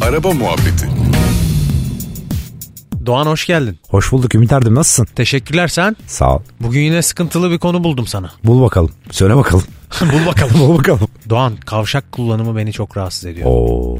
Araba Muhabbeti Doğan hoş geldin. Hoş bulduk Ümit Erdem nasılsın? Teşekkürler sen. Sağ ol. Bugün yine sıkıntılı bir konu buldum sana. Bul bakalım. Söyle bakalım. Bul bakalım. Bul bakalım. Doğan kavşak kullanımı beni çok rahatsız ediyor. Oo.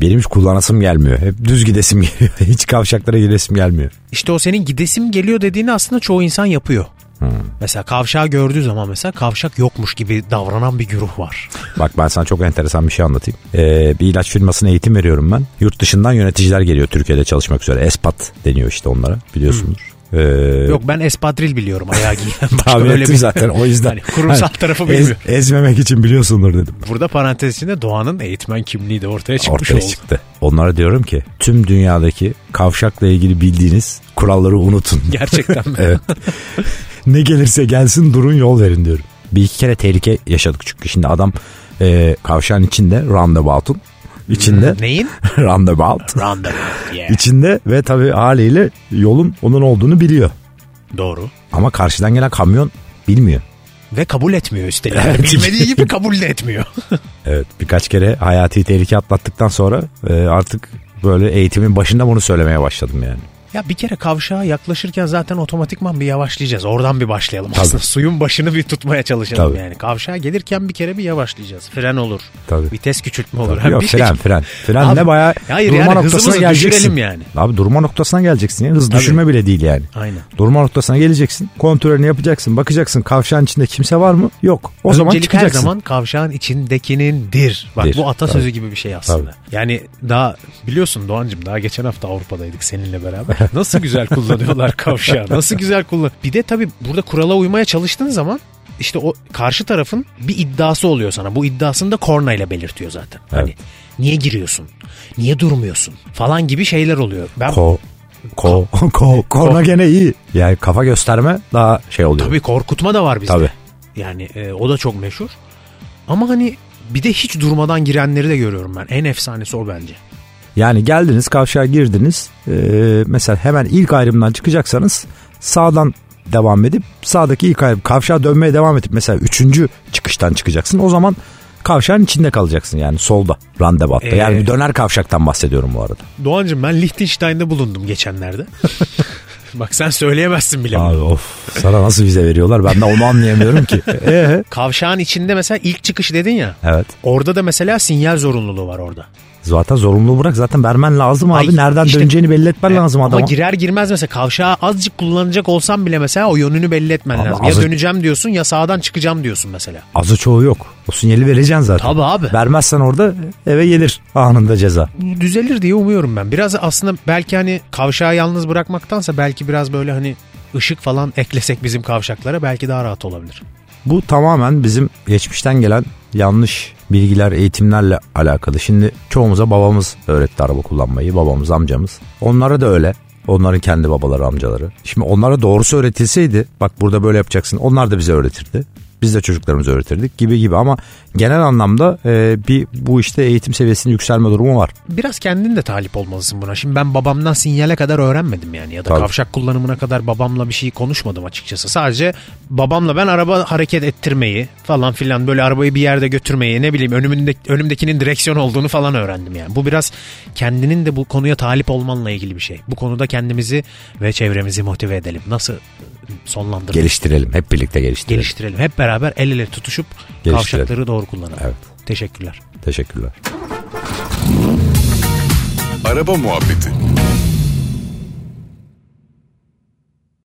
Benim hiç kullanasım gelmiyor. Hep düz gidesim geliyor. Hiç kavşaklara gidesim gelmiyor. İşte o senin gidesim geliyor dediğini aslında çoğu insan yapıyor. Hmm. Mesela kavşağı gördüğü zaman mesela kavşak yokmuş gibi davranan bir güruh var. Bak ben sana çok enteresan bir şey anlatayım. Ee, bir ilaç firmasına eğitim veriyorum ben. Yurt dışından yöneticiler geliyor Türkiye'de çalışmak üzere. Espat deniyor işte onlara biliyorsunuz. Ee, Yok ben espadril biliyorum ayağı giyen. tahmin Öyle ettim bir- zaten o yüzden. Hani kurumsal tarafı ez- bilmiyorum. ezmemek için biliyorsundur dedim. Burada parantez içinde Doğan'ın eğitmen kimliği de ortaya çıkmış Ortaya oldu. çıktı. Onlara diyorum ki tüm dünyadaki kavşakla ilgili bildiğiniz kuralları unutun. Gerçekten mi? Evet. ne gelirse gelsin durun yol verin diyorum. Bir iki kere tehlike yaşadık çünkü şimdi adam e, kavşağın içinde roundabout'un içinde Neyin? roundabout Roundabout. Yeah. içinde ve tabii haliyle yolun onun olduğunu biliyor. Doğru. Ama karşıdan gelen kamyon bilmiyor. Ve kabul etmiyor üstelik. Evet. Bilmediği gibi kabul de etmiyor. Evet birkaç kere hayati tehlike atlattıktan sonra e, artık böyle eğitimin başında bunu söylemeye başladım yani. Ya bir kere kavşağa yaklaşırken zaten otomatikman bir yavaşlayacağız. Oradan bir başlayalım Tabii. aslında. Suyun başını bir tutmaya çalışalım Tabii. yani. Kavşağa gelirken bir kere bir yavaşlayacağız. Fren olur. Tabii. Vites küçültme olur. Yok bir fren şey fren. Fren Abi, ne bayağı hayır durma yani noktasına hızımızı geleceksin. düşürelim yani. Abi durma noktasına geleceksin. ya. Hız düşürme bile değil yani. Aynen. Durma noktasına geleceksin. Kontrolünü yapacaksın. Bakacaksın kavşağın içinde kimse var mı? Yok. O zaman Öncelik her çıkacaksın. zaman kavşağın içindekinindir. Bak Dir, bu atasözü gibi bir şey aslında. Yani daha biliyorsun Doğancım daha geçen hafta Avrupa'daydık seninle beraber. Nasıl güzel kullanıyorlar kavşağı. Nasıl güzel kullan. Bir de tabii burada kurala uymaya çalıştığın zaman işte o karşı tarafın bir iddiası oluyor sana. Bu iddiasını da kornayla belirtiyor zaten. Hani Evet. niye giriyorsun? Niye durmuyorsun? Falan gibi şeyler oluyor. Ben Ko. Ko. Ko. Korna gene iyi. Yani kafa gösterme daha şey oluyor. tabii korkutma da var bizde. Tabii. Yani e, o da çok meşhur. Ama hani bir de hiç durmadan girenleri de görüyorum ben. En efsanesi o bence. Yani geldiniz kavşağa girdiniz. Ee, mesela hemen ilk ayrımdan çıkacaksanız sağdan devam edip sağdaki ilk ayrım kavşağa dönmeye devam edip mesela üçüncü çıkıştan çıkacaksın. O zaman kavşağın içinde kalacaksın yani solda randevatta. Ee, yani bir döner kavşaktan bahsediyorum bu arada. Doğancım ben Liechtenstein'de bulundum geçenlerde. Bak sen söyleyemezsin bile. bunu. Abi of sana nasıl vize veriyorlar ben de onu anlayamıyorum ki. Ee? Kavşağın içinde mesela ilk çıkış dedin ya. Evet. Orada da mesela sinyal zorunluluğu var orada. Zaten zorunluluğu bırak zaten vermen lazım abi. Ay, Nereden işte- döneceğini belli etmen lazım E, Ama adama. girer girmez mesela kavşağı azıcık kullanacak olsam bile mesela o yönünü belli etmen Ama lazım. azı- Ya döneceğim diyorsun ya sağdan çıkacağım diyorsun mesela. Azı çoğu yok. O sinyali vereceksin zaten. Tabii abi. Vermezsen orada eve gelir anında ceza. düzelir diye umuyorum ben. Biraz aslında belki hani kavşağı yalnız bırakmaktansa belki biraz böyle hani ışık falan eklesek bizim kavşaklara belki daha rahat olabilir. Bu tamamen bizim geçmişten gelen yanlış bilgiler, eğitimlerle alakalı. Şimdi çoğumuza babamız öğretti araba kullanmayı. Babamız, amcamız. Onlara da öyle. Onların kendi babaları, amcaları. Şimdi onlara doğrusu öğretilseydi, bak burada böyle yapacaksın. Onlar da bize öğretirdi. Biz de çocuklarımıza öğretirdik gibi gibi ama genel anlamda e, bir bu işte eğitim seviyesinin yükselme durumu var. Biraz kendin de talip olmalısın buna. Şimdi ben babamdan sinyale kadar öğrenmedim yani ya da Tabii. kavşak kullanımına kadar babamla bir şey konuşmadım açıkçası. Sadece babamla ben araba hareket ettirmeyi falan filan böyle arabayı bir yerde götürmeyi ne bileyim önümünde, önümdekinin direksiyon olduğunu falan öğrendim yani. Bu biraz kendinin de bu konuya talip olmanla ilgili bir şey. Bu konuda kendimizi ve çevremizi motive edelim. Nasıl sonlandırırız? Geliştirelim, hep birlikte geliştirelim. geliştirelim. Hep beraber el ele tutuşup Geliştirelim. kavşakları doğru kullanalım. Evet. Teşekkürler. Teşekkürler. Araba Muhabbeti